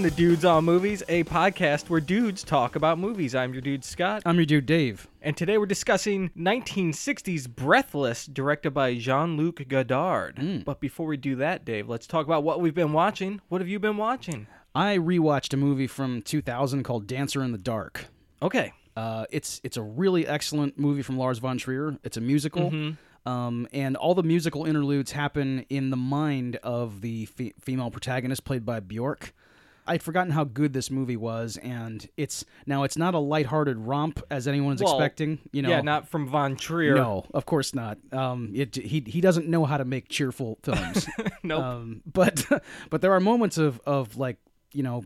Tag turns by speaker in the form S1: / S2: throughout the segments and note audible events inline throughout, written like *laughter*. S1: to Dudes on Movies, a podcast where dudes talk about movies. I'm your dude Scott,
S2: I'm your dude, Dave.
S1: and today we're discussing 1960s Breathless, directed by Jean-Luc Godard.
S2: Hmm.
S1: But before we do that, Dave, let's talk about what we've been watching. What have you been watching?
S2: I rewatched a movie from 2000 called Dancer in the Dark.
S1: Okay.
S2: Uh, it's it's a really excellent movie from Lars von Trier. It's a musical,
S1: Mm-hmm.
S2: um, and all the musical interludes happen in the mind of the fe- female protagonist played by Bjork. I'd forgotten how good this movie was, and it's now it's not a lighthearted romp as anyone's
S1: Well,
S2: expecting. You know,
S1: yeah, not from Von Trier.
S2: no, of course not. Um, it, he he doesn't know how to make cheerful films.
S1: *laughs* Nope.
S2: um, but *laughs* but there are moments of of like you know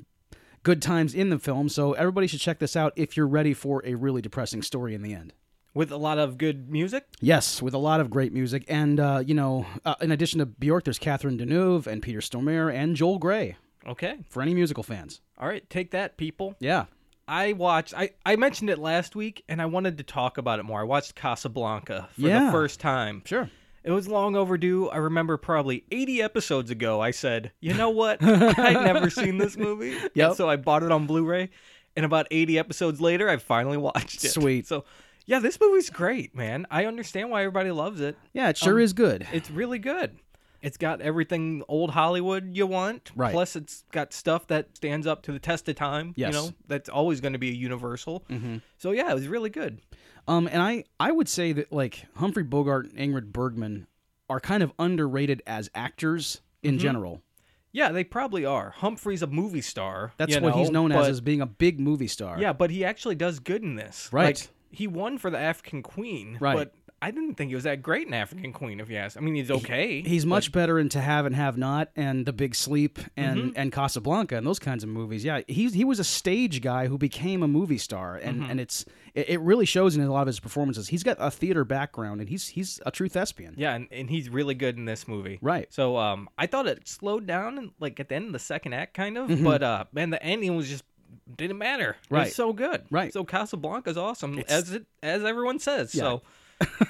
S2: good times in the film so everybody should check this out if you're ready for a really depressing story in the end
S1: With a lot of good music.
S2: yes with a lot of great music and uh, you know uh, in addition to bjork there's catherine deneuve and peter stormare and joel gray
S1: Okay.
S2: for any musical fans
S1: All right, take that, people.
S2: yeah
S1: I watched. I I mentioned it last week, and I wanted to talk about it more. I watched Casablanca for the
S2: Yeah.
S1: first time.
S2: sure
S1: It was long overdue. I remember probably 80 episodes ago, I said, you
S2: *laughs*
S1: know what? I'd never seen this movie. And
S2: Yep.
S1: So I bought it on Blu ray. And about 80 episodes later, I finally *laughs* watched it.
S2: Sweet.
S1: So, yeah, this movie's great, man. I understand why everybody loves it.
S2: yeah it sure is good
S1: It's really good. It's got everything old Hollywood you want.
S2: Right.
S1: Plus, it's got stuff that stands up to the test of time. You
S2: Yes. Mm-hmm.
S1: know, that's always going to be a universal. So, yeah, it was really good.
S2: Um, and I I would say that like Humphrey Bogart and Ingrid Bergman are kind of underrated as actors in general.
S1: Yeah, they probably are. Humphrey's a movie star.
S2: That's
S1: you
S2: what he's
S1: know,
S2: known as
S1: but-
S2: as being a big movie star.
S1: Yeah, but he actually does good in this.
S2: Right.
S1: Like, he won for the African Queen.
S2: Right.
S1: But I didn't think he was that great in African Queen, if you ask. I mean, he's okay.
S2: He's much better in To Have and Have Not and The Big Sleep and,
S1: Mm-hmm.
S2: and Casablanca and those kinds of movies. Yeah, he's he was a stage guy who became a movie star, and,
S1: Mm-hmm.
S2: and it's it, it really shows in a lot of his performances. He's got a theater background, and he's he's a true thespian.
S1: yeah, and, and he's really good in this movie.
S2: Right.
S1: So um, I thought it slowed down, and like at the end of the second act, kind of. But uh, man, the ending was just didn't matter. It
S2: Mm-hmm. Right.
S1: was so good.
S2: Right.
S1: So Casablanca's awesome, as it as everyone says.
S2: *laughs*
S1: So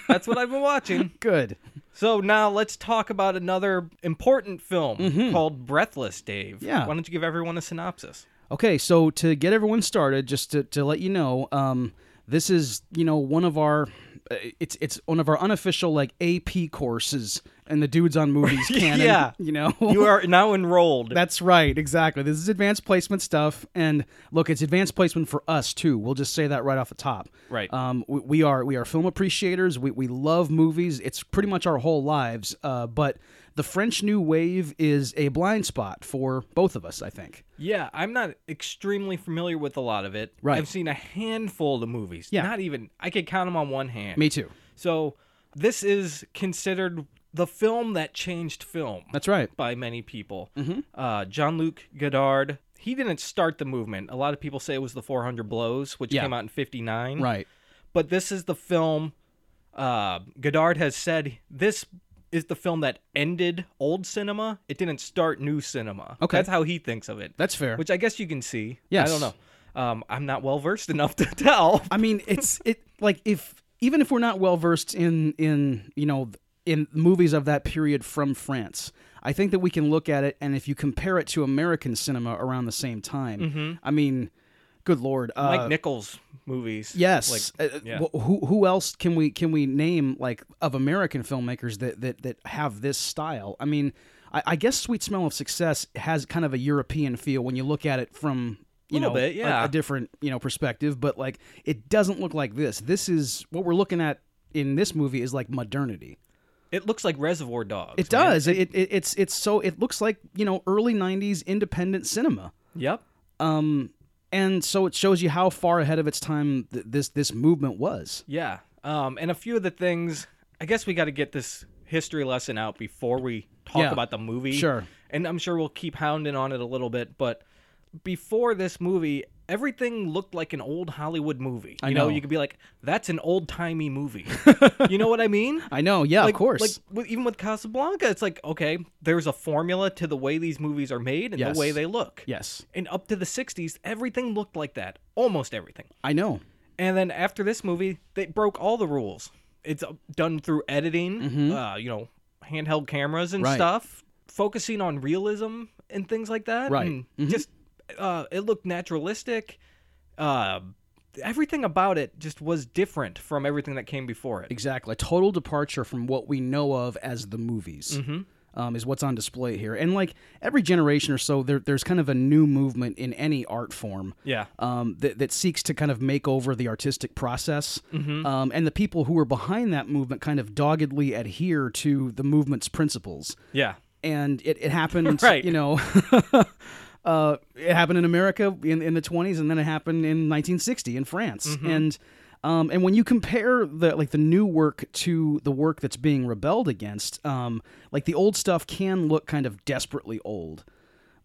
S1: that's what I've been watching.
S2: Good.
S1: So now let's talk about another important film called Breathless, Dave.
S2: Mm-hmm. Yeah.
S1: Why don't you give everyone a synopsis?
S2: Okay, so to get everyone started, just to, to let you know, um, this is you know one of our uh, it's it's one of our unofficial like AP courses and the dudes on movies
S1: *laughs*
S2: canon.
S1: Yeah.
S2: you know.
S1: You are now enrolled.
S2: that's right, exactly. This is advanced placement stuff, and look, it's advanced placement for us too. We'll just say that right off the top.
S1: Right.
S2: Um, we, we are we are film appreciators. We we love movies. It's pretty much our whole lives. Uh, but the French New Wave is a blind spot for both of us, I think.
S1: *laughs* Yeah, I'm not extremely familiar with a lot of it.
S2: Right.
S1: I've seen a handful of the movies.
S2: Yeah.
S1: Not even, I could count them on one hand.
S2: Me too.
S1: So this is considered the film that changed film
S2: That's Mm-hmm. right.
S1: by many people. Uh, John Luc Godard, he didn't start the movement. A lot of people say it was the 400 Blows, which
S2: Yeah.
S1: came out in 59.
S2: Right.
S1: But this is the film, uh, Godard has said this is the film that ended old cinema. It didn't start new cinema.
S2: Okay.
S1: That's how he thinks of it.
S2: That's fair.
S1: which I guess you can see. I
S2: Yes.
S1: don't know. Um, I'm not well versed enough to *laughs* tell.
S2: *laughs* I mean, it's it like if even if we're not well versed in in you know in movies of that period from France, I think that we can look at it and if you compare it to American cinema around the same time, I mean, good lord, uh,
S1: Mike Nichols movies.
S2: Yes.
S1: Like,
S2: Uh, uh,
S1: yeah.
S2: wh- who who else can we can we name like of American filmmakers that that that have this style? I mean, I, I guess Sweet Smell of Success has kind of a European feel when you look at it from you
S1: Little
S2: know
S1: bit,
S2: a-
S1: yeah.
S2: a, different you know perspective, but like it doesn't look like this. This is what we're looking at in this movie is like modernity.
S1: it looks like Reservoir Dogs.
S2: It
S1: man.
S2: does. It, it it's it's so it looks like you know early '90s independent cinema.
S1: Yep.
S2: Um. And so it shows you how far ahead of its time th- this this movement was.
S1: Yeah. Um, and a few of the things. I guess we got to get this history lesson out before we talk
S2: Yeah.
S1: about the movie.
S2: Sure.
S1: And I'm sure we'll keep hounding on it a little bit, but before this movie. Everything looked like an old Hollywood movie. You know,
S2: know.
S1: you could be like, "That's an old timey
S2: *laughs*
S1: movie." you know what I mean?
S2: I know. Yeah.
S1: like,
S2: of course.
S1: Like with, even with Casablanca, it's like okay, there's a formula to the way these movies are made and
S2: Yes.
S1: the way they look.
S2: Yes,
S1: And up to the '60s, everything looked like that, almost everything.
S2: I know.
S1: And then after this movie, they broke all the rules. It's uh, done through editing, uh, you know, handheld cameras and
S2: Mm-hmm. Right.
S1: stuff, focusing on realism and things like that.
S2: Right. Mm-hmm.
S1: and Just uh, it looked naturalistic. Uh, everything about it just was different from everything that came before it.
S2: Exactly. A total departure from what we know of as the movies um, is what's on display here. And like every generation or so, there, there's kind of a new movement in any art form.
S1: Yeah.
S2: Um, that, that seeks to kind of make over the artistic process. Um, and the people who are behind that movement kind of doggedly adhere to the movement's principles.
S1: Yeah.
S2: And it, it happened,
S1: Right.
S2: you know, *laughs* uh, it happened in America in, in the 20s, and then it happened in 1960 in France. And um, and when you compare the like the new work to the work that's being rebelled against, um, like the old stuff can look kind of desperately old,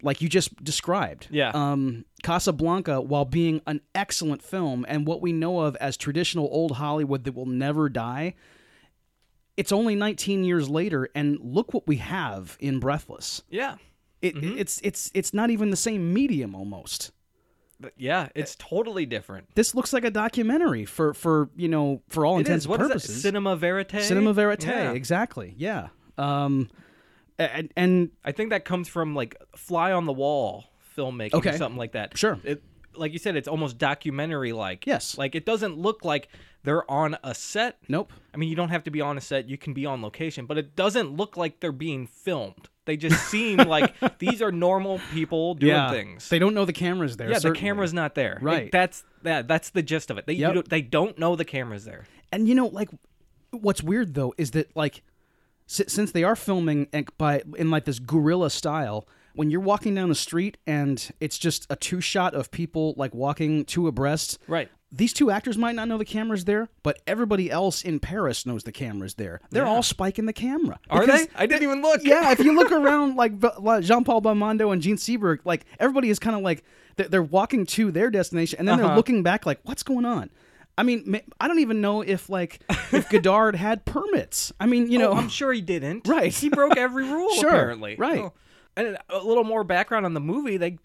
S2: like you just described.
S1: Yeah.
S2: Um, Casablanca, while being an excellent film and what we know of as traditional old Hollywood that will never die, it's only 19 years later, and look what we have in Breathless.
S1: Yeah.
S2: It,
S1: Mm-hmm.
S2: It's it's it's not even the same medium almost.
S1: But yeah, it's totally different.
S2: This looks like a documentary for for you know for all
S1: It is.
S2: intents and
S1: What is that?
S2: purposes.
S1: Cinema verite.
S2: Cinema verite,
S1: Yeah.
S2: exactly. Yeah. Um, and, and
S1: I think that comes from like fly on the wall filmmaking
S2: Okay.
S1: or something like that.
S2: Sure.
S1: It, like you said, it's almost documentary like.
S2: Yes.
S1: Like it doesn't look like they're on a set.
S2: nope.
S1: I mean, you don't have to be on a set, you can be on location, but it doesn't look like they're being filmed. They
S2: *laughs*
S1: just seem like these are normal people doing things.
S2: They don't know the camera's there.
S1: yeah,
S2: certainly.
S1: the camera's not there. Like,
S2: Right.
S1: that's that. That's the gist of it. They you
S2: Yep.
S1: don't, they don't know the camera's there.
S2: And you know, like, what's weird though is that like, si- since they are filming and by in like this guerrilla style, when you're walking down the street and it's just a two shot of people like walking two abreast,
S1: Right.
S2: These two actors might not know the camera's there, but everybody else in Paris knows the camera's there. They're all spiking the camera.
S1: Are
S2: Because-
S1: they? I didn't even look.
S2: yeah, if you look around, like Jean Paul Belmondo and Gene Seberg, like everybody is kind of like they're, they're walking to their destination, and then
S1: Uh-huh.
S2: they're looking back, like what's going on. I mean, ma- I don't even know if like
S1: *laughs*
S2: if Godard had permits. I mean, you know,
S1: I'm sure he didn't.
S2: *laughs* Right.
S1: He broke every rule
S2: Sure,
S1: apparently.
S2: right.
S1: Oh. And a little more background on the movie, they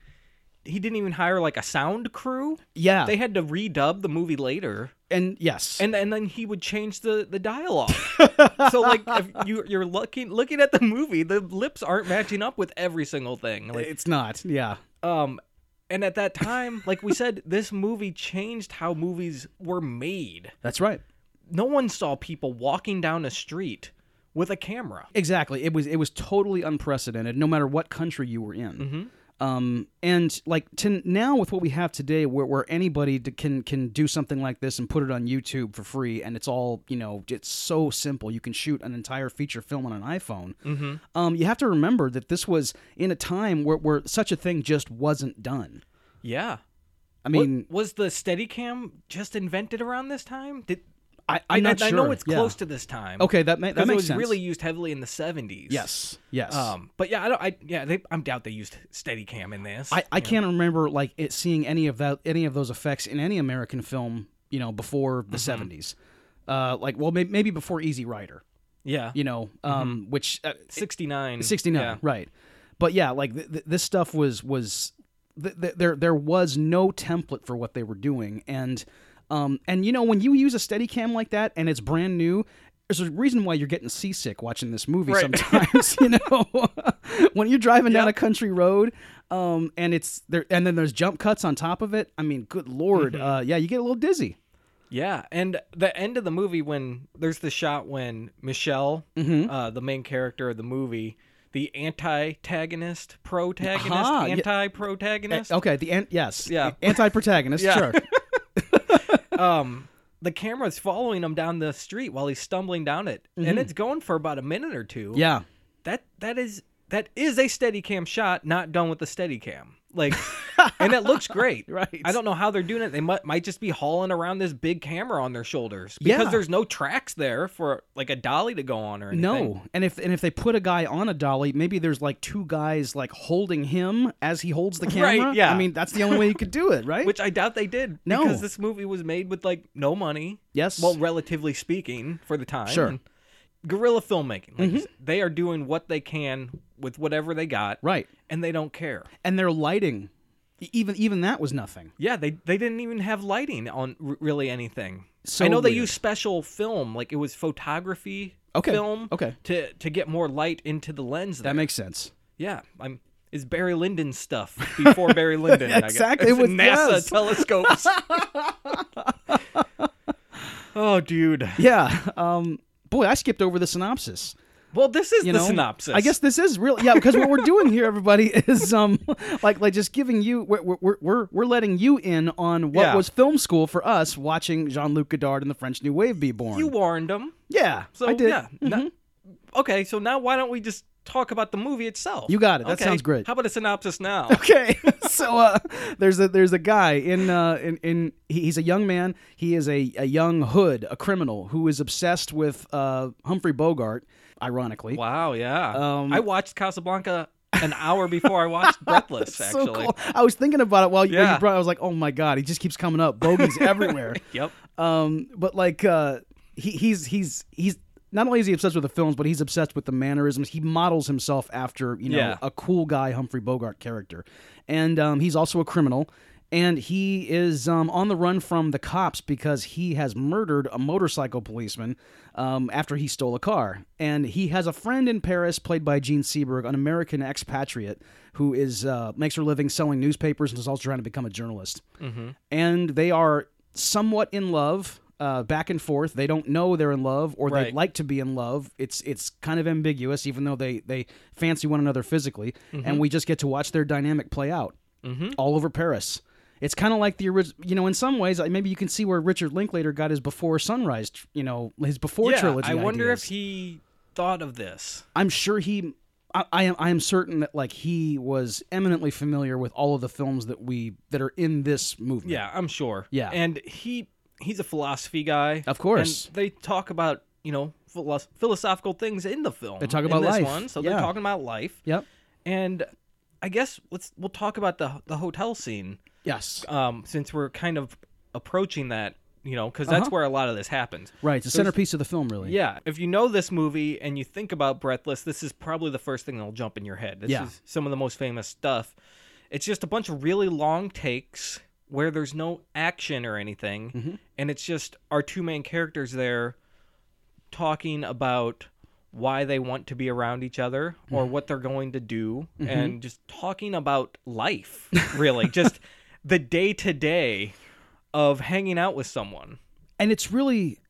S1: he didn't even hire like a sound crew.
S2: yeah,
S1: They had to redub the movie later.
S2: and yes,
S1: And and then he would change the, the dialogue.
S2: *laughs*
S1: so like if you you're looking looking at the movie, the lips aren't matching up with every single thing. Like
S2: it's not. Yeah,
S1: um and at that time, like we said, this movie changed how movies were made.
S2: that's right.
S1: No one saw people walking down a street with a camera.
S2: Exactly. It was it was totally unprecedented, no matter what country you were in.
S1: Mm-hmm.
S2: Um, and like to now with what we have today, where, where anybody d- can can do something like this and put it on YouTube for free, and it's all you know, it's so simple. You can shoot an entire feature film on an iPhone.
S1: Mm-hmm.
S2: Um, you have to remember that this was in a time where, where such a thing just wasn't done.
S1: Yeah.
S2: I
S1: What-
S2: mean,
S1: was the Steadicam just invented around this time? Did
S2: I, I'm
S1: I,
S2: not
S1: I
S2: sure.
S1: know it's
S2: Yeah.
S1: close to this time.
S2: Okay, that ma- that
S1: 'cause
S2: makes
S1: it was
S2: sense.
S1: really used heavily in the seventies.
S2: yes, yes.
S1: Um, but yeah, I don't. I yeah, they, I doubt they used Steadicam in this.
S2: I, I can't remember like it seeing any of that any of those effects in any American film you know before the 70s uh like well may, maybe before Easy Rider
S1: yeah,
S2: you know um which uh,
S1: sixty nine.
S2: 69 right but yeah like th- th- this stuff was was th- th- there there was no template for what they were doing and um and you know when you use a steady cam like that and it's brand new there's a reason why you're getting seasick watching this movie
S1: Right.
S2: sometimes *laughs* you know when you're driving down a country road um and it's there and then there's jump cuts on top of it i mean good lord
S1: Mm-hmm.
S2: uh yeah you get a little dizzy
S1: Yeah, and the end of the movie when there's the shot when Michelle,
S2: Mm-hmm.
S1: uh, the main character of the movie, the anti-tagonist, protagonist,
S2: Ah, yeah. Eh, oh.
S1: anti-protagonist,
S2: okay the an- yes
S1: Yeah.
S2: anti-protagonist
S1: Yeah.
S2: sure
S1: um the camera's following him down the street while he's stumbling down it
S2: Mm-hmm.
S1: and it's going for about a minute or two *laughs*
S2: yeah
S1: that that is that is a steady cam shot not done with the steady cam
S2: *laughs*
S1: like and it looks great
S2: Right.
S1: i don't know how they're doing it they might, might just be hauling around this big camera on their shoulders because
S2: Yeah.
S1: there's no tracks there for like a dolly to go on or anything
S2: No, and if and if they put a guy on a dolly, maybe there's like two guys like holding him as he holds the
S1: *laughs* Right,
S2: camera.
S1: yeah.
S2: I mean that's the only way you could do it, right?
S1: which i doubt they did
S2: No.
S1: because this movie was made with like no money
S2: yes,
S1: well relatively speaking for the time
S2: Sure. Mm-hmm.
S1: And guerrilla filmmaking like you said, they are doing what they can with whatever they got
S2: right,
S1: and they don't care
S2: and their lighting, e- even even that was nothing.
S1: yeah they they didn't even have lighting on r- really anything
S2: So
S1: i know they
S2: weird.
S1: used special film like it was photography
S2: Okay,
S1: film
S2: okay.
S1: to to get more light into the lens
S2: That
S1: there.
S2: makes sense.
S1: yeah i'm is Barry Lyndon stuff before
S2: *laughs*
S1: Barry Lyndon. I guess.
S2: Exactly,
S1: It's
S2: with-
S1: NASA
S2: yes. *laughs*
S1: telescopes. oh, dude.
S2: Yeah. Um, boy, I skipped over the synopsis.
S1: Well, this is
S2: You
S1: the
S2: know,
S1: synopsis.
S2: I guess this is real. Yeah, because what we're doing here, everybody, *laughs* is um, like like just giving you we're we're we're, we're letting you in on what
S1: Yeah.
S2: was film school for us watching Jean Luc Godard and the French New Wave be born.
S1: you warned them.
S2: yeah,
S1: So
S2: I did. Mm-hmm.
S1: yeah. no- okay, so now why don't we just talk about the movie itself?
S2: You got it. That sounds great.
S1: How about a synopsis now?
S2: *laughs* Okay, so uh, there's a there's a guy in uh, in in he- he's a young man. He is a, a young hood, a criminal who is obsessed with uh, Humphrey Bogart. Ironically,
S1: wow, yeah.
S2: Um,
S1: I watched Casablanca an hour before I watched
S2: *laughs*
S1: Breathless.
S2: so
S1: Actually,
S2: cool. I was thinking about it while you, while you
S1: Yeah.
S2: brought. I was like, oh my god, he just keeps coming up. Bogies
S1: *laughs*
S2: everywhere.
S1: yep.
S2: Um, but like uh, he, he's he's he's not only is he obsessed with the films, but he's obsessed with the mannerisms. He models himself after you know
S1: Yeah.
S2: a cool guy Humphrey Bogart character, and um, he's also a criminal. And he is um, on the run from the cops because he has murdered a motorcycle policeman um, after he stole a car. And he has a friend in Paris, played by Gene Seberg, an American expatriate who is uh, makes her living selling newspapers and is also trying to become a journalist and they are somewhat in love uh, back and forth they don't know they're in love or
S1: Right.
S2: they'd like to be in love it's it's kind of ambiguous even though they they fancy one another physically
S1: Mm-hmm.
S2: and we just get to watch their dynamic play out all over paris it's kind of like the original you know in some ways like, maybe you can see where richard linklater got his before sunrise tr- you know his before
S1: Yeah,
S2: trilogy
S1: I wonder
S2: ideas.
S1: if he thought of this.
S2: I'm sure he. I, I am. I am certain that like he was eminently familiar with all of the films that we that are in this movement.
S1: Yeah, I'm sure.
S2: Yeah.
S1: and he he's a philosophy guy.
S2: Of course.
S1: and they talk about you know philos- philosophical things in the film. They
S2: talk about
S1: this
S2: life.
S1: one, so
S2: Yeah.
S1: they're talking about life.
S2: Yep.
S1: And I guess let's we'll talk about the the hotel scene
S2: Yes.
S1: um, since we're kind of approaching that, you know, because that's
S2: Uh-huh.
S1: where a lot of this happens.
S2: Right. It's the centerpiece of the film, really.
S1: Yeah, if you know this movie and you think about Breathless, this is probably the first thing that'll jump in your head. This
S2: Yeah.
S1: is some of the most famous stuff. It's just a bunch of really long takes where there's no action or anything, and it's just our two main characters there talking about why they want to be around each other or what they're going to do and just talking about life, really. just the day to day of hanging out with someone.
S2: And it's really,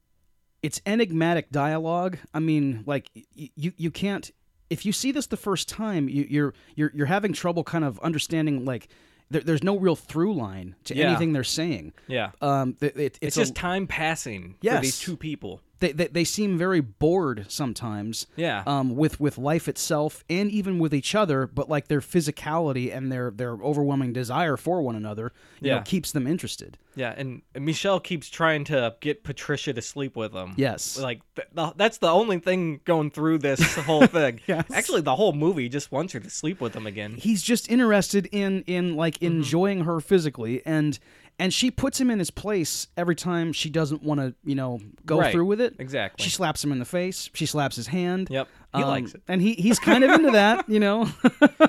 S2: it's enigmatic dialogue. I mean, like y- y- you you can't if you see this the first time, you, you're you're you're having trouble kind of understanding like. There, there's no real through line to
S1: Yeah.
S2: anything they're saying.
S1: Yeah.
S2: Um, th- it, it's,
S1: It's
S2: a-
S1: just time passing for
S2: Yes.
S1: these two people.
S2: they, they, they seem very bored sometimes.
S1: Yeah.
S2: Um, with with life itself and even with each other, but like their physicality and their their overwhelming desire for one another, you know,
S1: Yeah.
S2: keeps them interested.
S1: Yeah, and and Michelle keeps trying to get Patricia to sleep with him.
S2: Yes.
S1: Like th- the, that's the only thing going through this
S2: *laughs*
S1: whole thing.
S2: Yes.
S1: Actually, the whole movie just wants her to sleep with him again.
S2: he's just interested in in like
S1: Mm-hmm.
S2: enjoying her physically and and she puts him in his place every time she doesn't want to you know go
S1: Right.
S2: through with it
S1: Exactly.
S2: she slaps him in the face she slaps his hand
S1: Yep. He
S2: Um,
S1: likes it.
S2: and he he's kind of
S1: *laughs*
S2: into that you know *laughs*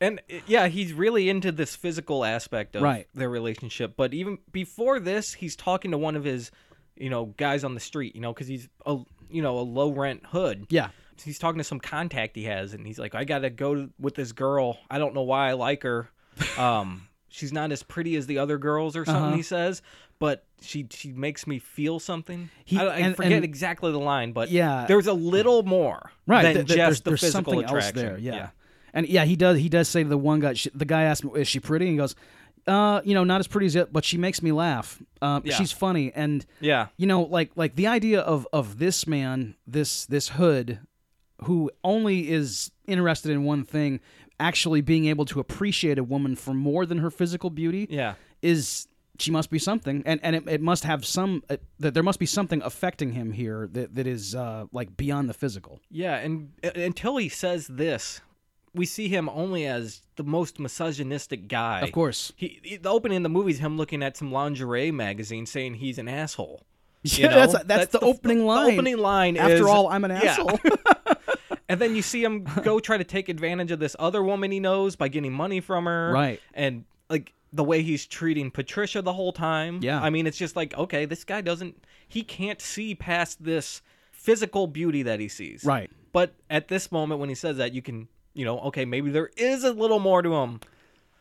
S1: And uh, yeah, he's really into this physical aspect of
S2: Right.
S1: their relationship. But even before this, he's talking to one of his, you know, guys on the street, you know, cuz he's a you know, a low rent hood.
S2: yeah
S1: he's talking to some contact he has and he's like i gotta go to- with this girl i don't know why i like
S2: *laughs*
S1: her um she's not as pretty as the other girls or
S2: Uh-huh.
S1: something he says but she she makes me feel something
S2: He-
S1: i, I
S2: and-
S1: forget
S2: and-
S1: exactly the line but
S2: Yeah.
S1: there's a little more
S2: right
S1: than
S2: th-
S1: just
S2: th- there's,
S1: the
S2: there's
S1: physical
S2: something
S1: attraction
S2: else there yeah. and yeah he does he does say to the one guy she, the guy asked me is she pretty and he goes uh you know not as pretty as it but she makes me laugh um
S1: Yeah.
S2: she's funny and
S1: yeah
S2: you know like like the idea of of this man this this hood who only is interested in one thing actually being able to appreciate a woman for more than her physical beauty
S1: yeah
S2: is she must be something and and it, it must have some uh, that there must be something affecting him here that that is uh like beyond the physical
S1: yeah and uh, until he says this we see him only as the most misogynistic guy
S2: of course
S1: he, he- the opening in the movie is him looking at some lingerie magazine saying he's an asshole
S2: yeah *laughs* that's,
S1: know?
S2: that's the, opening line
S1: The opening line
S2: after
S1: is,
S2: all i'm an
S1: Yeah. *laughs*
S2: asshole
S1: and then you see
S2: *laughs*
S1: him go try to take advantage of this other woman he knows by getting money from her.
S2: Right.
S1: And like the way he's treating Patricia the whole time.
S2: Yeah.
S1: I mean, it's just like, okay, this guy doesn't he can't see past this physical beauty that he sees.
S2: Right.
S1: But at this moment when he says that, you can you know, okay, maybe there is a little more to him,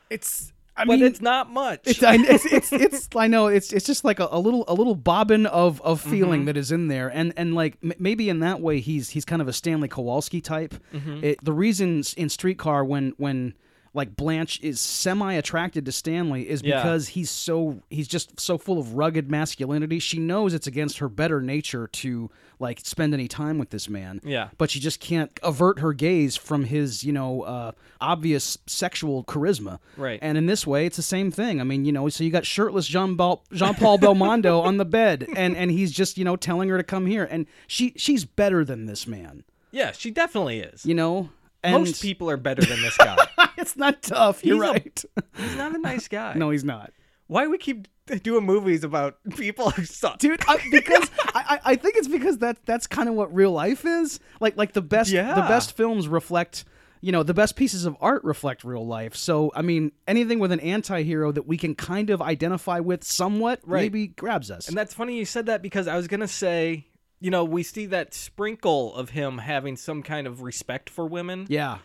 S2: It's. I
S1: but
S2: mean,
S1: it's not much.
S2: It's, I, it's, it's, it's, I know it's, it's just like a, a little, a little bobbin of, of
S1: Mm-hmm.
S2: feeling that is in there. And, and like m- maybe in that way, he's, he's kind of a Stanley Kowalski type.
S1: Mm-hmm.
S2: It, the reasons in streetcar when, when like Blanche is semi attracted to Stanley is
S1: Yeah.
S2: because he's so, he's just so full of rugged masculinity. She knows it's against her better nature to like spend any time with this man.
S1: Yeah.
S2: But she just can't avert her gaze from his, you know, uh, obvious sexual charisma.
S1: Right.
S2: And in this way, it's the same thing. I mean, you know, so you got shirtless Jean Bal- Jean Paul Belmondo on
S1: *laughs*
S2: the bed, and and he's just you know telling her to come here, and she she's better than this man,
S1: yeah, she definitely is.
S2: you know. And
S1: Most people are better than this
S2: *laughs*
S1: guy.
S2: it's not tough. You're
S1: He's a-
S2: right. *laughs*
S1: He's not a nice guy.
S2: no, he's not.
S1: Why do we keep *laughs* doing movies about *laughs* people who suck?
S2: dude I, because I, I I think it's because that that's kind of what real life is like like the best the
S1: Yeah.
S2: best films reflect you know the best pieces of art reflect real life so i mean anything with an anti-hero that we can kind of identify with somewhat maybe grabs us
S1: And that's funny you said that because I was going to say, you know, we see that sprinkle of him having some kind of respect for women.
S2: yeah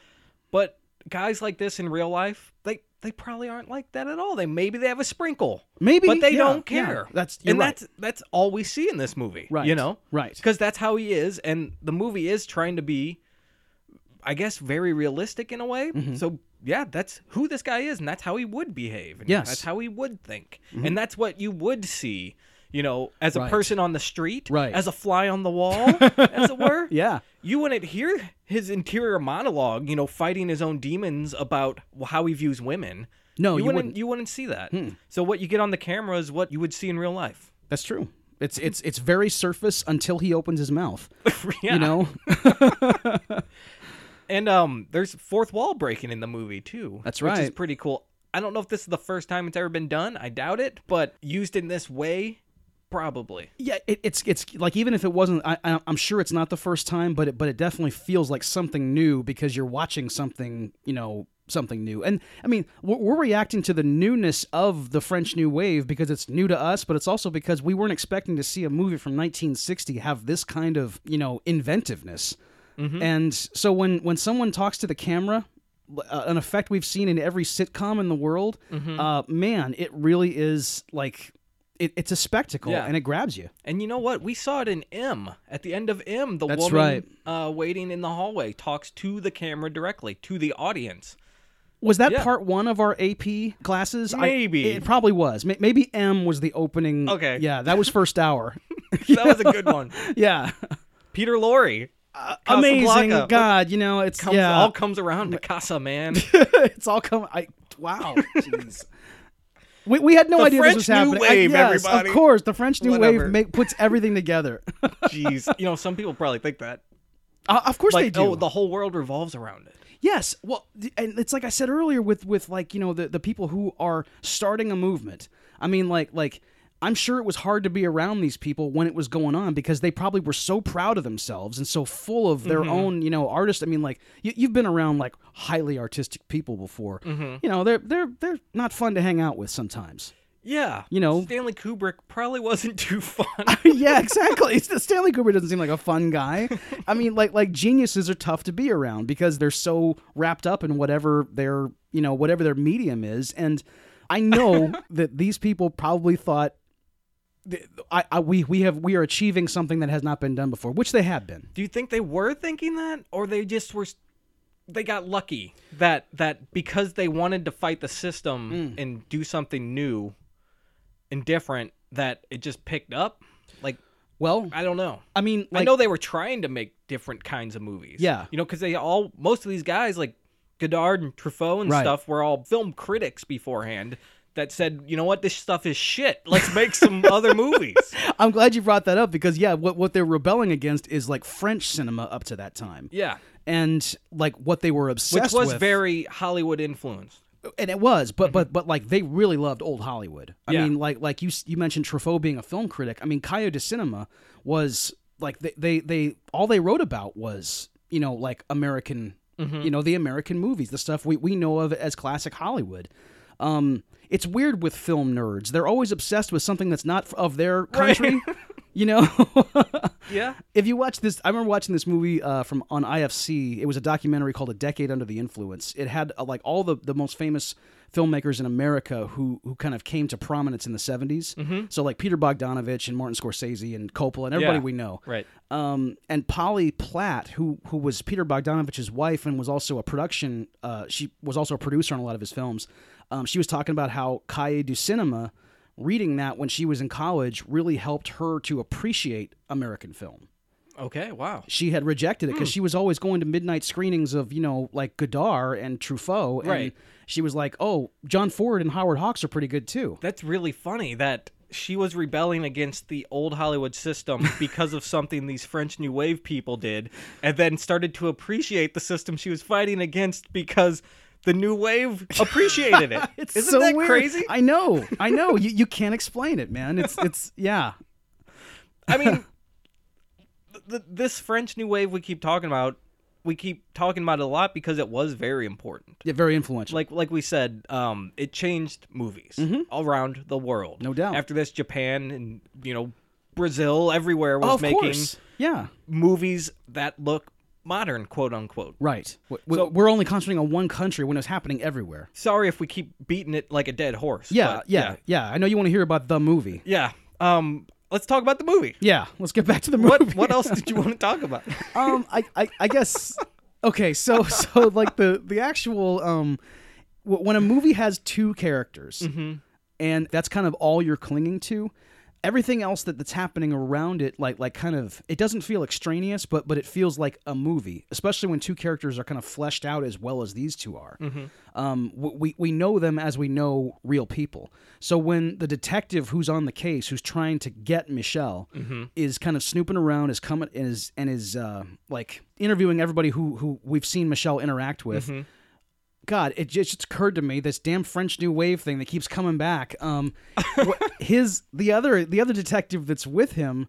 S1: But guys like this in real life, they they probably aren't like that at all. They maybe they have a sprinkle.
S2: Maybe,
S1: but they
S2: yeah,
S1: don't
S2: yeah.
S1: care.
S2: That's- you're
S1: and
S2: right.
S1: that's that's all we see in this movie.
S2: Right,
S1: You know,
S2: right.
S1: Because that's how he is, and the movie is trying to be, I guess, very realistic in a way.
S2: Mm-hmm.
S1: So yeah, that's who this guy is, and that's how he would behave. And
S2: Yes. Mm-hmm.
S1: that's how he would think, and that's what you would see. You know, as a
S2: Right.
S1: person on the street,
S2: Right.
S1: as a fly on the
S2: *laughs*
S1: wall, as it were
S2: yeah
S1: you wouldn't hear his interior monologue, you know, fighting his own demons about how he views women.
S2: No,
S1: you,
S2: you
S1: wouldn't,
S2: wouldn't. Hmm.
S1: You wouldn't see that. So what you get on the camera is what you would see in real life. *laughs*
S2: that's true it's it's it's very surface until he opens his
S1: *laughs*
S2: mouth
S1: yeah.
S2: you know
S1: And um, there's fourth wall breaking in the movie too.
S2: That's
S1: Which is
S2: right.
S1: pretty cool. I don't know if this is the first time it's ever been done. I doubt it, but used in this way, probably.
S2: Yeah, it, it's it's like even if it wasn't, I, I, I'm sure it's not the first time, but it but it definitely feels like something new because you're watching something, you know, something new. And I mean, we're, we're reacting to the newness of the French New Wave because it's new to us, but it's also because we weren't expecting to see a movie from 1960 have this kind of you know inventiveness. And so when when someone talks to the camera. Uh, an effect we've seen in every sitcom in the world, uh, man, it really is like it, it's a spectacle
S1: Yeah.
S2: and it grabs you.
S1: And you know what? We saw it in M. At the end of M, the
S2: That's
S1: woman uh, waiting in the hallway talks to the camera directly, to the audience.
S2: Was that
S1: Yeah.
S2: part one of our AP classes? I-
S1: Maybe.
S2: it probably was. May- Maybe M was the opening.
S1: Okay.
S2: Yeah, that was
S1: *laughs*
S2: first hour.
S1: that was a
S2: *laughs*
S1: good one.
S2: yeah,
S1: Peter Lorre.
S2: Uh, amazing.
S1: Casablanca.
S2: God, you know it's
S1: comes,
S2: yeah,
S1: all comes around to Casa Man.
S2: *laughs* it's all coming. I
S1: *laughs*
S2: wow, jeez. We, we had no
S1: The
S2: idea
S1: French
S2: this was
S1: New
S2: happening. I-
S1: Wave,
S2: yes,
S1: everybody.
S2: of course, the French New
S1: Whatever.
S2: Wave make, puts
S1: *laughs*
S2: everything together.
S1: Jeez, you know some people probably think that.
S2: Uh, of course they
S1: Like,
S2: do.
S1: oh, the whole world revolves around it.
S2: Yes, well, th- and it's like I said earlier with with like you know the the people who are starting a movement. I mean, like like I'm sure it was hard to be around these people when it was going on because they probably were so proud of themselves and so full of their own you know artist. I mean, like you, you've been around like highly artistic people before. You know, they're they're they're not fun to hang out with sometimes.
S1: Yeah,
S2: You know. Ah.
S1: Stanley Kubrick probably wasn't *laughs* too fun.
S2: *laughs* yeah, exactly. It's- Stanley Kubrick doesn't seem like a fun guy. I mean, like like geniuses are tough to be around because they're so wrapped up in whatever their you know whatever their medium is. And I *laughs* know that these people probably thought, th- I, I we we have we are achieving something that has not been done before, which they have been.
S1: Do you think they were thinking that, or they just were? s- They got lucky that that because they wanted to fight the system
S2: Mm.
S1: and do something new and different, that it just picked up. Like
S2: Well,
S1: I don't know.
S2: I mean, like,
S1: I know they were trying to make different kinds of movies.
S2: Yeah.
S1: You know, because they all, most of these guys like Godard and Truffaut and
S2: Right.
S1: stuff were all film critics beforehand that said, you know what, this stuff is shit. Let's make
S2: *laughs*
S1: some other movies.
S2: I'm glad you brought that up because yeah, what what they're rebelling against is like French cinema up to that time.
S1: Yeah.
S2: And like what they were
S1: Which
S2: obsessed
S1: was
S2: with.
S1: very Hollywood influenced.
S2: and it was, but but but like they really loved old Hollywood. I
S1: Yeah.
S2: mean, like like you s- you mentioned Truffaut being a film critic. I mean, Cayo de Cinema was like they they, they all they wrote about was you know like American, you know the American movies, the stuff we we know of as classic Hollywood. Um, it's weird with film nerds; they're always obsessed with something that's not f- of their country. You know, *laughs*
S1: Yeah.
S2: if you watch this, I remember watching this movie uh, from on IFC. It was a documentary called "A Decade Under the Influence." It had uh, like all the, the most famous filmmakers in America who who kind of came to prominence in the 70s So like Peter Bogdanovich and Martin Scorsese and Coppola and everybody
S1: Yeah.
S2: we know.
S1: Right.
S2: Um, and Polly Platt, who who was Peter Bogdanovich's wife and was also a production, uh, she was also a producer on a lot of his films. Um, she was talking about how Calle du Cinema, reading that when she was in college, really helped her to appreciate American film
S1: Okay. Wow.
S2: she had rejected it
S1: Hmm.
S2: because she was always going to midnight screenings of you know like Godard and Truffaut, and
S1: Right.
S2: she was like, "Oh, John Ford and Howard Hawks are pretty good too."
S1: That's really funny that she was rebelling against the old Hollywood system
S2: *laughs*
S1: because of something these French New Wave people did, and then started to appreciate the system she was fighting against because the New
S2: *laughs*
S1: Wave appreciated it.
S2: It's
S1: Isn't
S2: so
S1: that
S2: weird.
S1: crazy?
S2: I know,
S1: *laughs*
S2: I know. you you can't explain it, man. It's it's yeah.
S1: I
S2: *laughs*
S1: mean, th- th- this French New Wave we keep talking about, we keep talking about it a lot because it was very important.
S2: Yeah, very influential.
S1: Like like we said, um, it changed movies all around the world.
S2: Mm-hmm. No doubt.
S1: After this, Japan and you know Brazil, everywhere was
S2: Oh, of
S1: making
S2: course, yeah,
S1: movies that look modern, quote unquote.
S2: right. W- w- We're only concentrating on one country when it's happening everywhere.
S1: Sorry if we keep beating it like a dead horse.
S2: Yeah,
S1: but
S2: yeah, yeah, I know you want to hear about the movie.
S1: yeah, yeah. Um, let's talk about the movie.
S2: Yeah, let's get back to *laughs* the movie.
S1: What what else did you want to talk about?
S2: *laughs* um I, I i guess okay so so like the the actual um w- when a movie has two characters and that's kind of all you're clinging to everything else that that's happening around it like like kind of it doesn't feel extraneous but but it feels like a movie especially when two characters are kind of fleshed out as well as these two are um, w- we, we know them as we know real people so when the detective who's on the case who's trying to get michelle is kind of snooping around is coming and is and is uh, like interviewing everybody who who we've seen michelle interact with God, it just it's occurred to me this damn French New Wave thing that keeps coming back. Um, wh- his the other the other detective that's with him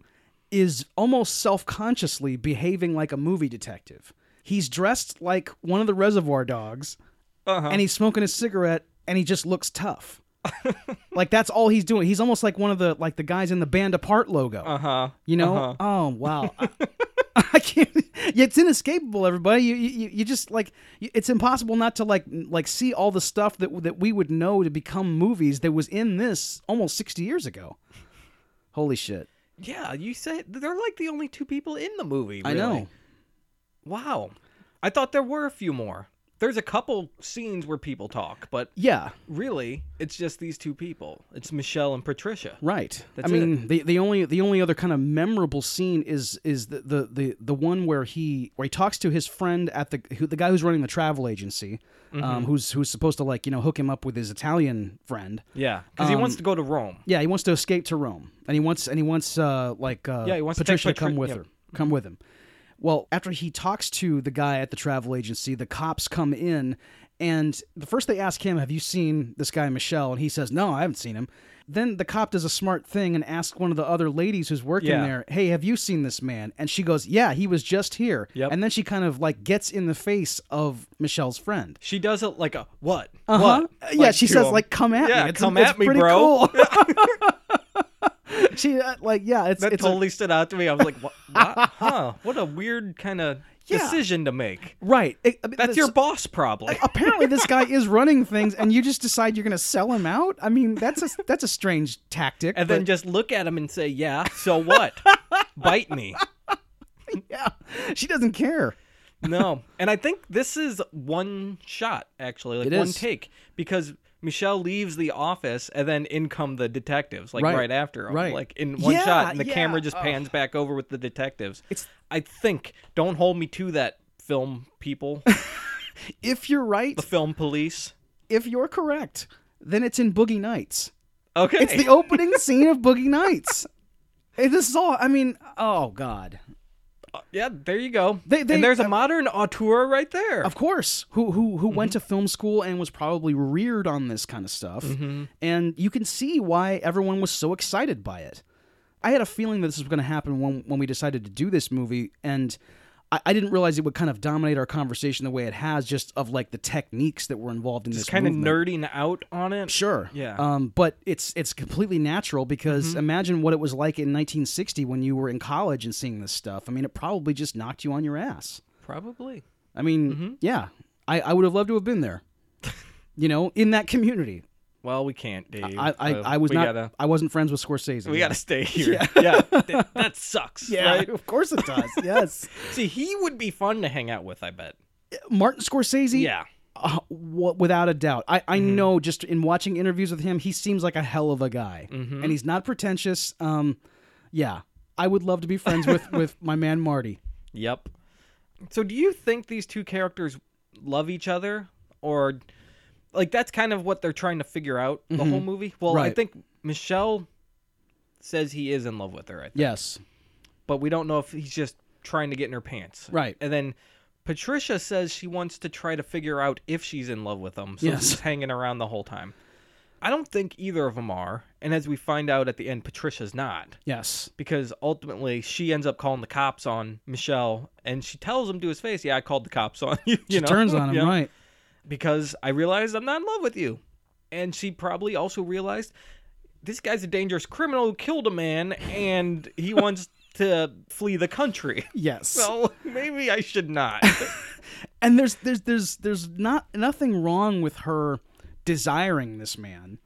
S2: is almost self consciously behaving like a movie detective. He's dressed like one of the Reservoir Dogs, and he's smoking a cigarette, and he just looks tough. like that's all he's doing. He's almost like one of the like the guys in the Band Apart logo.
S1: Uh huh.
S2: You know? Oh wow. I, *laughs* I can't. yeah, It's inescapable, everybody. You, you you just like you- it's impossible not to like like see all the stuff that that we would know to become movies that was in this almost sixty years ago. Holy shit!
S1: Yeah, you said they're like the only two people in the movie.
S2: I know.
S1: really. Wow. I thought there were a few more. There's a couple scenes where people talk, but
S2: Yeah.
S1: really, it's just these two people. It's Michelle and Patricia.
S2: Right.
S1: That's
S2: I mean, the the only the only other kind of memorable scene is is the, the the the one where he where he talks to his friend at the who, the guy who's running the travel agency, um, who's who's supposed to like you know hook him up with his Italian friend.
S1: Yeah, because he
S2: Um,
S1: wants to go to Rome.
S2: Yeah, he wants to escape to Rome, and he wants and he wants uh, like uh,
S1: Yeah, he wants to take
S2: Patricia to, come
S1: Patri-
S2: with
S1: yeah.
S2: her, come with him. Well, after he talks to the guy at the travel agency, the cops come in, and the first they ask him, "Have you seen this guy Michelle?" And he says, "No, I haven't seen him." Then the cop does a smart thing and asks one of the other ladies who's working
S1: Yeah.
S2: there, "Hey, have you seen this man?" And she goes, "Yeah, he was just here."
S1: Yep.
S2: And then she kind of like gets in the face of Michelle's friend.
S1: She does it like a what?
S2: Uh-huh.
S1: What?
S2: Yeah,
S1: Like
S2: she
S1: to
S2: says
S1: him.
S2: like come at
S1: Yeah,
S2: me. It's,
S1: come
S2: it's
S1: at me,
S2: pretty
S1: bro.
S2: Cool. she uh, like yeah,
S1: *laughs*
S2: it's
S1: That
S2: it's a-
S1: totally stood out to me. I was like, what?
S2: *laughs*
S1: what? Huh? What a weird kind of
S2: Yeah.
S1: decision to make.
S2: right. It- I mean,
S1: That's
S2: this-
S1: your boss,
S2: *laughs*
S1: probably.
S2: Apparently this
S1: *laughs*
S2: guy is running things and you just decide you're going to sell him out? I mean, that's a that's a strange tactic.
S1: And then just look at him and say, yeah, so what?
S2: *laughs*
S1: Bite me.
S2: but, yeah. *laughs* She doesn't care.
S1: No. And I think this is one shot, actually, like
S2: It
S1: one
S2: is.
S1: take, because Michelle leaves the office and then in come the detectives, like
S2: Right.
S1: right, after him,
S2: Right.
S1: like in one
S2: Yeah,
S1: shot. And the
S2: yeah.
S1: camera just pans back over with the detectives.
S2: It's-
S1: I think, don't hold me to that, film
S2: *laughs*
S1: people,
S2: If you're right,
S1: the film police.
S2: if you're correct, then it's in Boogie Nights.
S1: Okay.
S2: It's the opening scene of
S1: *laughs*
S2: Boogie Nights. Eh, This is all I mean, oh god.
S1: yeah, there you go.
S2: They- they-
S1: and there's a modern auteur right there.
S2: Of course, who who who went to
S1: Mm-hmm.
S2: film school and was probably reared on this kind of stuff,
S1: Mm-hmm.
S2: and you can see why everyone was so excited by it. I had a feeling that this was going to happen when when we decided to do this movie, and I, I didn't realize it would kind of dominate our conversation the way it has, just of like the techniques that were involved in
S1: Just
S2: this
S1: kind of
S2: movement.
S1: nerding out on it.
S2: Sure.
S1: Yeah. Mm-hmm.
S2: Um, but it's it's completely natural because imagine what it was like in 1960 when you were in college and seeing this stuff. I mean, it probably just knocked you on your ass.
S1: Probably.
S2: I mean,
S1: Mm-hmm.
S2: yeah, I, I would have loved to have
S1: *laughs*
S2: been there. You know, in that community,
S1: Well, we can't, Dave.
S2: I I,
S1: so
S2: I was
S1: uh, we
S2: not
S1: Gotta,
S2: I wasn't friends with Scorsese.
S1: we
S2: yeah.
S1: gotta stay here. Yeah, th- that sucks.
S2: *laughs* yeah,
S1: right?
S2: of course it
S1: *laughs*
S2: does. yes,
S1: See, he would be fun to hang out with. I bet.
S2: Martin Scorsese.
S1: Yeah. Mm-hmm.
S2: uh, w- without a doubt. I, I know just in watching interviews with him, he seems like a hell of a guy,
S1: Mm-hmm.
S2: and he's not pretentious. Um, yeah, I would love to be friends with
S1: *laughs*
S2: with my man Marty.
S1: Yep. So do you think these two characters love each other or like that's kind of what they're trying to figure out the whole movie? Well, I
S2: Right.
S1: think Michelle says he is in love with her, I think.
S2: Yes,
S1: but we don't know if he's just trying to get in her pants.
S2: Right.
S1: And then Patricia says she wants to try to figure out if she's in love with him, so
S2: Yes.
S1: she's hanging around the whole time. I don't think either of them are, and as we find out at the end, Patricia's not
S2: yes,
S1: because ultimately she ends up calling the cops on Michelle, and she tells him to his face, "Yeah, I called the cops on *laughs* you." you
S2: she
S1: know?
S2: turns on him
S1: Yeah.
S2: right.
S1: Because I realized I'm not in love with you, and she probably also realized this guy's a dangerous criminal who killed a man, and
S2: *laughs*
S1: he wants to flee the country. *laughs*
S2: Yes,
S1: So maybe I should not.
S2: um, and there's there's there's there's not nothing wrong with her desiring this man.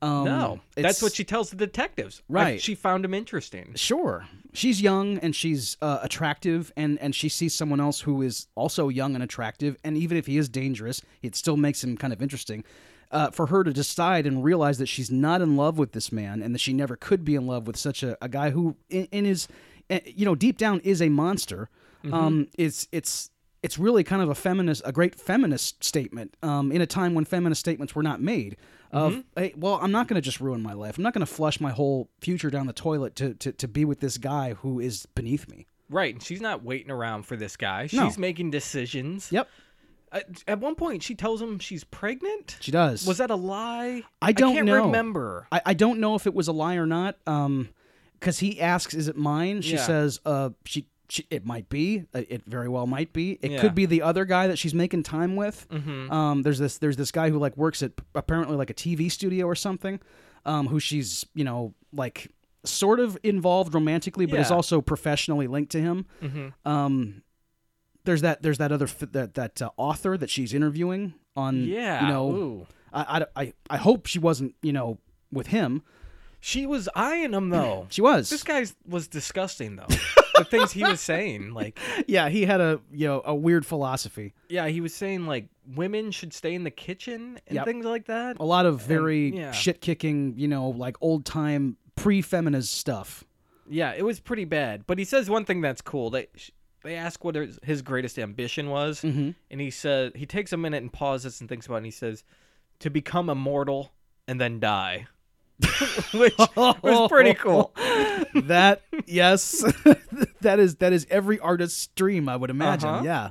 S2: Um,
S1: No,
S2: it's-
S1: that's what she tells the detectives. Like,
S2: Right.
S1: she found him interesting.
S2: Sure. She's young and she's uh, attractive, and, and she sees someone else who is also young and attractive. And even if he is dangerous, it still makes him kind of interesting. Uh, for her to decide and realize that she's not in love with this man and that she never could be in love with such a, a guy who, in, in his, eh, you know, deep down is a monster.
S1: Mm-hmm.
S2: Um, it's, it's, it's really kind of a feminist, a great feminist statement um, in a time when feminist statements were not made. Of
S1: Mm-hmm.
S2: hey, well, I'm not going to just ruin my life. I'm not going to flush my whole future down the toilet to, to to be with this guy who is beneath me.
S1: Right. And she's not waiting around for this guy. She's
S2: No.
S1: making decisions.
S2: Yep,
S1: At, at one point, she tells him she's pregnant.
S2: she does.
S1: Was that a lie?
S2: I don't
S1: can't
S2: know.
S1: remember.
S2: I, I don't know if it was a lie or not. Um, because he asks, "Is it mine?" She
S1: Yeah.
S2: says, "Uh, she." she- It might be. Uh, It very well might be. It
S1: Yeah.
S2: could be the other guy that she's making time with.
S1: Mm-hmm,
S2: Um, there's this. There's this guy who like works at apparently like a TV studio or something. Um, who she's you know like sort of involved romantically, but is
S1: Yeah.
S2: also professionally linked to him.
S1: mm-hmm. Mm,
S2: Um, there's that. There's that other f- that that uh, author that she's interviewing on.
S1: Yeah.
S2: You know.
S1: Ooh.
S2: I, I, I, I hope she wasn't, you know, with him.
S1: She was eyeing him though.
S2: She
S1: *laughs*
S2: was.
S1: this guy was disgusting *laughs* though. the things he was saying, like,
S2: yeah, he had a, you know, a weird philosophy.
S1: yeah, he was saying like women should stay in the kitchen and
S2: Yep.
S1: things like that.
S2: A lot of very
S1: yeah.
S2: shit kicking, you know, like old time pre feminist stuff.
S1: Yeah, it was pretty bad. But he says one thing that's cool. They sh- they ask what his, his greatest ambition was, and he says he takes a minute and pauses and thinks about it. And he says, "To become immortal and then die," *laughs* which *laughs* was pretty cool.
S2: *laughs* that yes, *laughs* that is that is every artist's dream, I would imagine.
S1: Uh-huh.
S2: Yeah,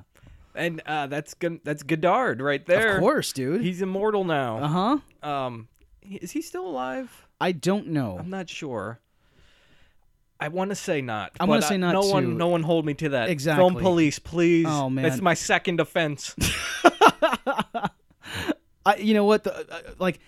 S1: And uh, that's gon- that's Godard right there.
S2: of course, dude.
S1: He's immortal
S2: Uh
S1: now.
S2: huh.
S1: Um, is he still alive?
S2: I don't know.
S1: I'm not sure. I want to say not.
S2: I'm gonna
S1: but, uh,
S2: say not,
S1: No
S2: too.
S1: one, no one, hold me to that.
S2: Exactly.
S1: Film police, please.
S2: Oh, man.
S1: that's my second
S2: *laughs*
S1: offense.
S2: I, you know what? The, uh, like,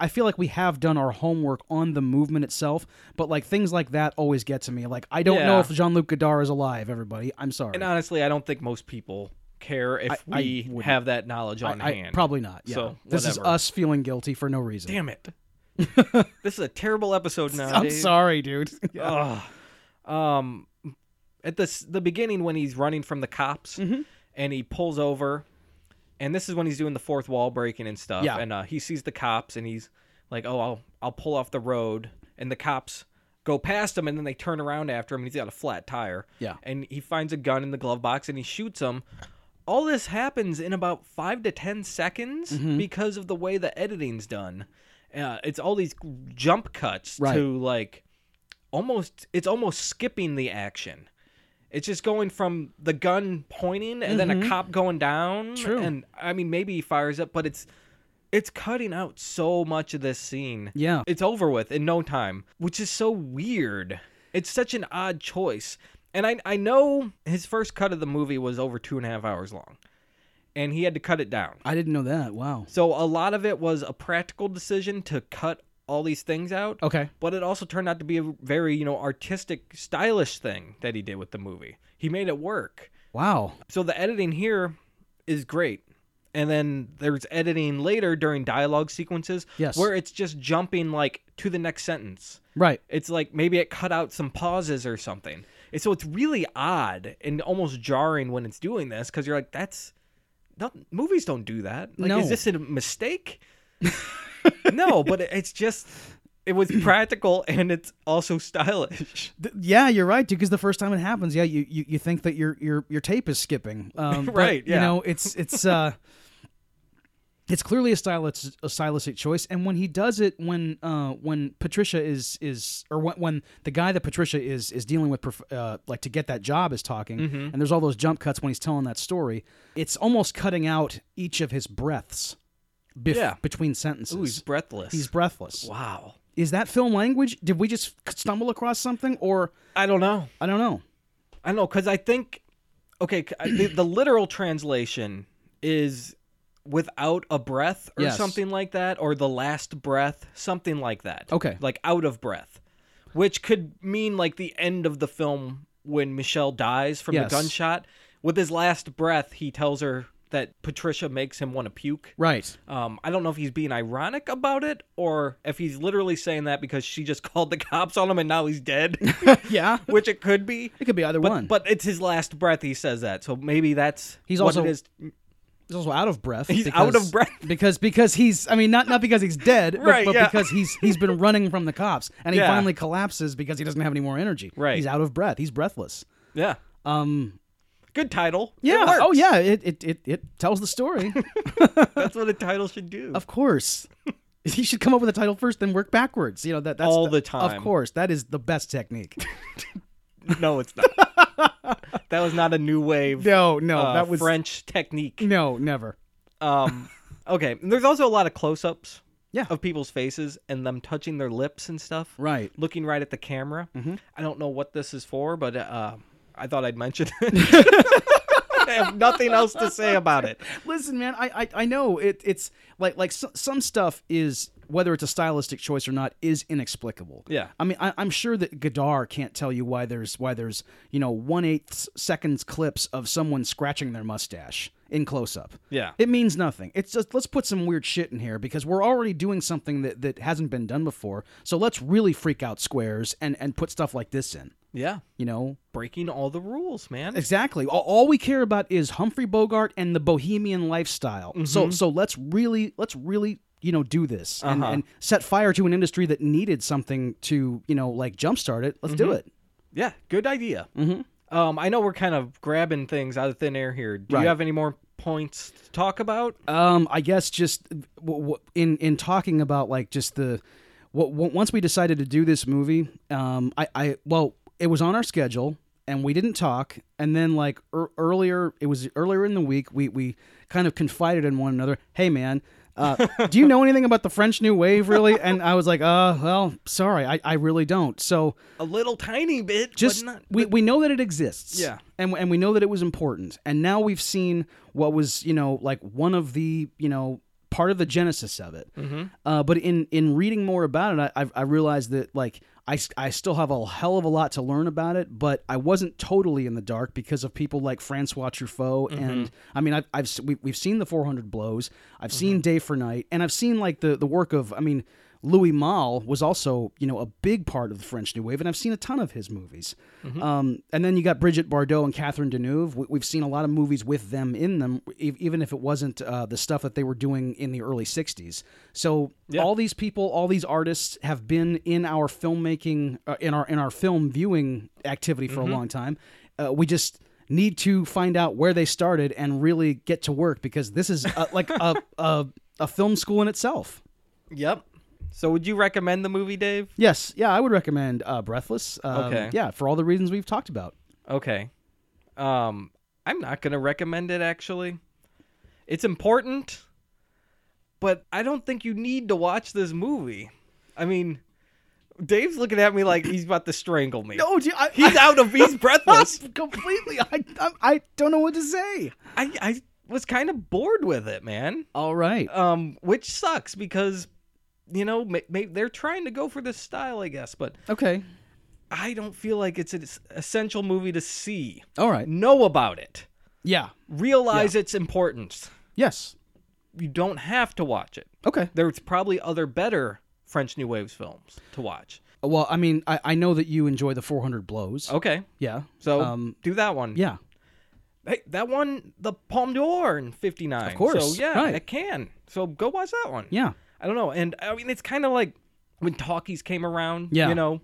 S2: I feel like we have done our homework on the movement itself, but like things like that always get to me. Like, I don't know
S1: Yeah.
S2: if Jean Luc Godard is alive. Everybody, I'm sorry.
S1: And honestly, I don't think most people care if
S2: I
S1: we
S2: wouldn't.
S1: have that knowledge on
S2: I-
S1: hand.
S2: probably not. Yeah.
S1: So,
S2: this is
S1: whatever.
S2: us feeling guilty for no reason.
S1: Damn
S2: *laughs*
S1: it. this is a terrible episode now.
S2: I'm
S1: dude.
S2: sorry,
S1: *laughs*
S2: dude. *laughs* Yeah.
S1: Ugh. Um, at the s- the beginning when he's running from the cops
S2: Mm-hmm.
S1: and he pulls over, and this is when he's doing the fourth wall breaking and stuff.
S2: Yeah.
S1: And uh, he sees the cops and he's like, "Oh, I'll I'll pull off the road," and the cops go past him and then they turn around after him and he's got a flat tire.
S2: Yeah.
S1: And he finds a gun in the glove box and he shoots him. All this happens in about five to ten seconds
S2: Mm-hmm.
S1: because of the way the editing's done. Uh, it's all these jump cuts
S2: Right.
S1: to like almost it's almost skipping the action. It's just going from the gun pointing and then a cop going down.
S2: Mm-hmm. True.
S1: And I mean maybe he fires up, but it's it's cutting out so much of this scene.
S2: Yeah.
S1: It's over with in no time, which is so weird. It's such an odd choice. And I I know his first cut of the movie was over two and a half hours long, and he had to cut it down.
S2: I didn't know that. Wow.
S1: So a lot of it was a practical decision to cut all these things out.
S2: Okay.
S1: But it also turned out to be a very, you know, artistic, stylish thing that he did with the movie. He made it work.
S2: Wow.
S1: So the editing here is great. And then there's editing later during dialogue sequences
S2: Yes.
S1: where it's just jumping like to the next sentence.
S2: Right.
S1: It's like maybe it cut out some pauses or something. And so it's really odd and almost jarring when it's doing this because you're like, that's not, movies don't do that. Like,
S2: No.
S1: is this a *laughs* mistake? no, but it- it's just it was practical and it's also stylish.
S2: Th- yeah, you're right, dude. Because the first time it happens, yeah, you, you, you think that your your your tape is skipping, um,
S1: *laughs*
S2: but,
S1: Right,
S2: You
S1: yeah.
S2: know, it's it's uh, it's clearly a stylistic a stylistic choice. And when he does it, when uh, when Patricia is is or when, when the guy that Patricia is is dealing with, prof- uh, like to get that job is talking,
S1: Mm-hmm.
S2: and there's all those jump cuts when he's telling that story. It's almost cutting out each of his breaths, bef-
S1: Yeah.
S2: between sentences.
S1: Ooh, he's breathless.
S2: He's breathless.
S1: wow.
S2: Is that film language? Did we just stumble across something, or
S1: I don't know.
S2: I don't know?
S1: I don't know because I think okay, c- I- the, the literal translation is without a breath or
S2: Yes.
S1: something like that, or the last breath, something like that.
S2: Okay.
S1: like out of breath, which could mean like the end of the film when Michelle dies from
S2: Yes.
S1: the gunshot. With his last breath, he tells her that Patricia makes him want to puke.
S2: Right.
S1: Um, I don't know if he's being ironic about it or if he's literally saying that because she just *laughs* called the cops on him and now he's dead,
S2: *laughs* Yeah.
S1: *laughs* which it could be.
S2: It could be either
S1: But,
S2: one.
S1: but it's his last breath. He says that, so maybe that's
S2: He's
S1: what
S2: also-
S1: it is.
S2: he's also out of breath.
S1: He's out of breath.
S2: *laughs* because because he's I mean not not because he's dead, but-
S1: Right,
S2: but,
S1: yeah.
S2: because he's
S1: *laughs*
S2: he's been running from the cops and he
S1: Yeah.
S2: finally collapses because he doesn't have any more energy.
S1: Right.
S2: He's out of breath. He's breathless.
S1: Yeah.
S2: Um.
S1: Good title. It
S2: Yeah.
S1: works.
S2: Oh yeah. It it it, it tells
S1: *laughs*
S2: the story.
S1: That's what a title should do.
S2: of course. You should come up with a title first, then work backwards. You know that that's
S1: All the
S2: Of
S1: time.
S2: course, that is the
S1: *laughs*
S2: best technique.
S1: No,
S2: *laughs*
S1: it's not. that was not a new wave.
S2: No, no,
S1: uh,
S2: that was
S1: French technique.
S2: *laughs* no, never.
S1: Um, okay. And there's also a lot of close-ups.
S2: Yeah.
S1: Of people's faces and them touching their lips and stuff.
S2: Right. Mm-hmm.
S1: Looking right at the camera. I don't know what this is for, but uh, I thought I'd mention it. *laughs*
S2: *laughs*
S1: I have nothing else to say about it.
S2: Listen, man, I, I I know it. It's like like so, some stuff is whether it's a stylistic choice or not is inexplicable.
S1: Yeah.
S2: I mean, I, I'm sure that Godard can't tell you why there's why there's you know one eighth seconds clips of someone scratching their mustache in close up.
S1: Yeah.
S2: It means nothing. It's just let's put some weird shit in here because we're already doing something that, that hasn't been done before. So let's really freak out squares and and put stuff like this in.
S1: Yeah.
S2: You know,
S1: Breaking all the rules, man.
S2: Exactly. All, all we care about is Humphrey Bogart and the bohemian lifestyle. So so let's really let's really you know do this and, and set fire to an industry that needed something to you know like jumpstart it. Let's do it.
S1: Yeah, good idea. Mm-hmm. Um, I know we're kind of grabbing things out of thin air here. Do
S2: Right.
S1: you have any more points to talk about?
S2: Um, I guess just w- w- in in talking about like just the w- w- once we decided to do this movie, um, I, I well, it was on our schedule and we didn't talk, and then like ear earlier, it was earlier in the week, we we kind of confided in one another. Hey, man. Uh, do you know anything about the French New Wave, really? And I was like, uh, well, sorry, I, I really don't. So
S1: A little tiny bit,
S2: just
S1: but not.
S2: we, we know that it exists
S1: Yeah.
S2: and, and we know that it was important and now we've seen what was you know like one of the you know part of the genesis of it
S1: Mm-hmm.
S2: uh, but in in reading more about it i I've- i realized that like I, s- I still have a hell of a lot to learn about it but i wasn't totally in the dark because of people like francois truffaut
S1: Mm-hmm.
S2: and i mean i've, I've s- we, we've seen the 400 blows i've
S1: Mm-hmm.
S2: seen day for night and i've seen like the the work of i mean Louis Malle was also, you know, a big part of the French New Wave, and I've seen a ton of his movies. Um, and then you got Bridget Bardot and Catherine Deneuve. We, we've seen a lot of movies with them in them, e- even if it wasn't uh, the stuff that they were doing in the early '60s. So all these people, all these artists, have been in our filmmaking, uh, in our in our film viewing activity for a long time. Uh, we just need to find out where they started and really get to work because this is uh, like a, *laughs* a a film school in itself.
S1: Yep. So, would you recommend the movie, Dave?
S2: Yes, yeah, I would recommend uh, Breathless. Um,
S1: Okay.
S2: Yeah, for all the reasons we've talked about.
S1: Okay. Um, I'm not gonna recommend it. Actually, it's important, but I don't think you need to watch this movie. I mean, Dave's looking at me like he's about to strangle *laughs* me.
S2: No, dude, Oh, I,
S1: He's out of *laughs* he's
S2: I,
S1: breathless.
S2: *laughs* completely. I, I I don't know what to say.
S1: I, I was kind of bored with it, man.
S2: All right.
S1: Um, which sucks because you know may, may, they're trying to go for this style, I guess, but
S2: Okay.
S1: I don't feel like it's an es- essential movie to see.
S2: All right.
S1: Know about it.
S2: Yeah.
S1: Realize its importance.
S2: Yes.
S1: You don't have to watch it.
S2: Okay.
S1: There's probably other better French New Waves films to watch.
S2: Well, I mean, I, I know that you enjoy the 400 blows.
S1: Okay,
S2: Yeah.
S1: so
S2: Um,
S1: do that one.
S2: Yeah.
S1: Hey, that won the Palme d'Or in '59. Of
S2: course,
S1: So yeah,
S2: right.
S1: it can. So go watch that one.
S2: Yeah.
S1: I don't know. And I mean, it's kind of like when talkies came around.
S2: Yeah.
S1: You know,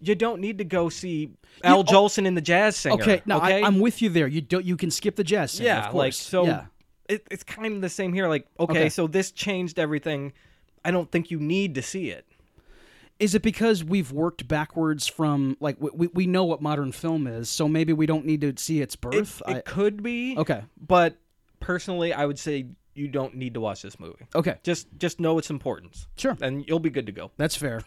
S1: you don't need to go see Al Jolson in the Jazz Singer.
S2: Okay. No,
S1: okay?
S2: I, I'm with you there. You don't. You can skip the jazz. Singer,
S1: yeah.
S2: Of
S1: like
S2: course.
S1: so,
S2: Yeah.
S1: it, it's kind of the same here. Like okay,
S2: Okay.
S1: so this changed everything. I don't think you need to see it.
S2: Is it because we've worked backwards from like we, we, we know what modern film is, so maybe we don't need to see its birth?
S1: It could be
S2: I, okay.
S1: but personally, I would say you don't need to watch this movie.
S2: Okay.
S1: Just just know its importance.
S2: Sure.
S1: And you'll be good to go.
S2: That's fair.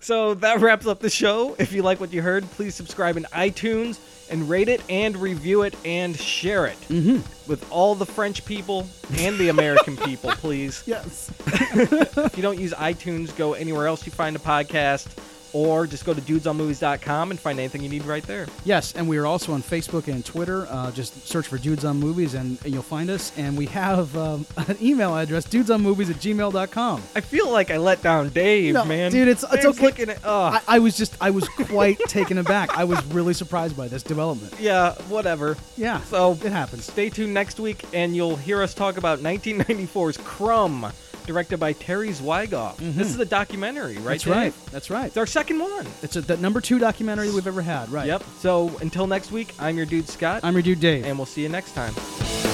S1: So that wraps up the show. If you like what you heard, please subscribe in iTunes and rate it and review it and share it
S2: Mm-hmm.
S1: with all the French people and the American people,
S2: *laughs*
S1: please.
S2: *laughs* yes.
S1: If you don't use iTunes, go anywhere else you find a podcast or just go to dudesonmovies.com and find anything you need right there.
S2: Yes, and we are also on Facebook and Twitter. Uh, just search for Dudes on Movies and you'll find us. And we have um, *laughs* an email address, dudesonmovies at gmail.com.
S1: I feel like I let down Dave,
S2: No,
S1: man.
S2: dude, it's- it's
S1: Dave's
S2: okay.
S1: looking at, oh, ugh.
S2: I, I was just, I was quite *laughs* taken aback. I was really surprised by this development.
S1: yeah, whatever.
S2: Yeah.
S1: So
S2: it happens.
S1: Stay tuned next week, and you'll hear us talk about 1994's Crumb, directed by Terry Zwigoff. This is a documentary, right?
S2: Mm-hmm. That's right.
S1: Dave?
S2: That's right.
S1: It's our second one.
S2: It's a, the number two documentary we've ever had, right?
S1: Yep. So until next week, I'm your dude Scott,
S2: I'm your dude, Dave.
S1: and we'll see you next time.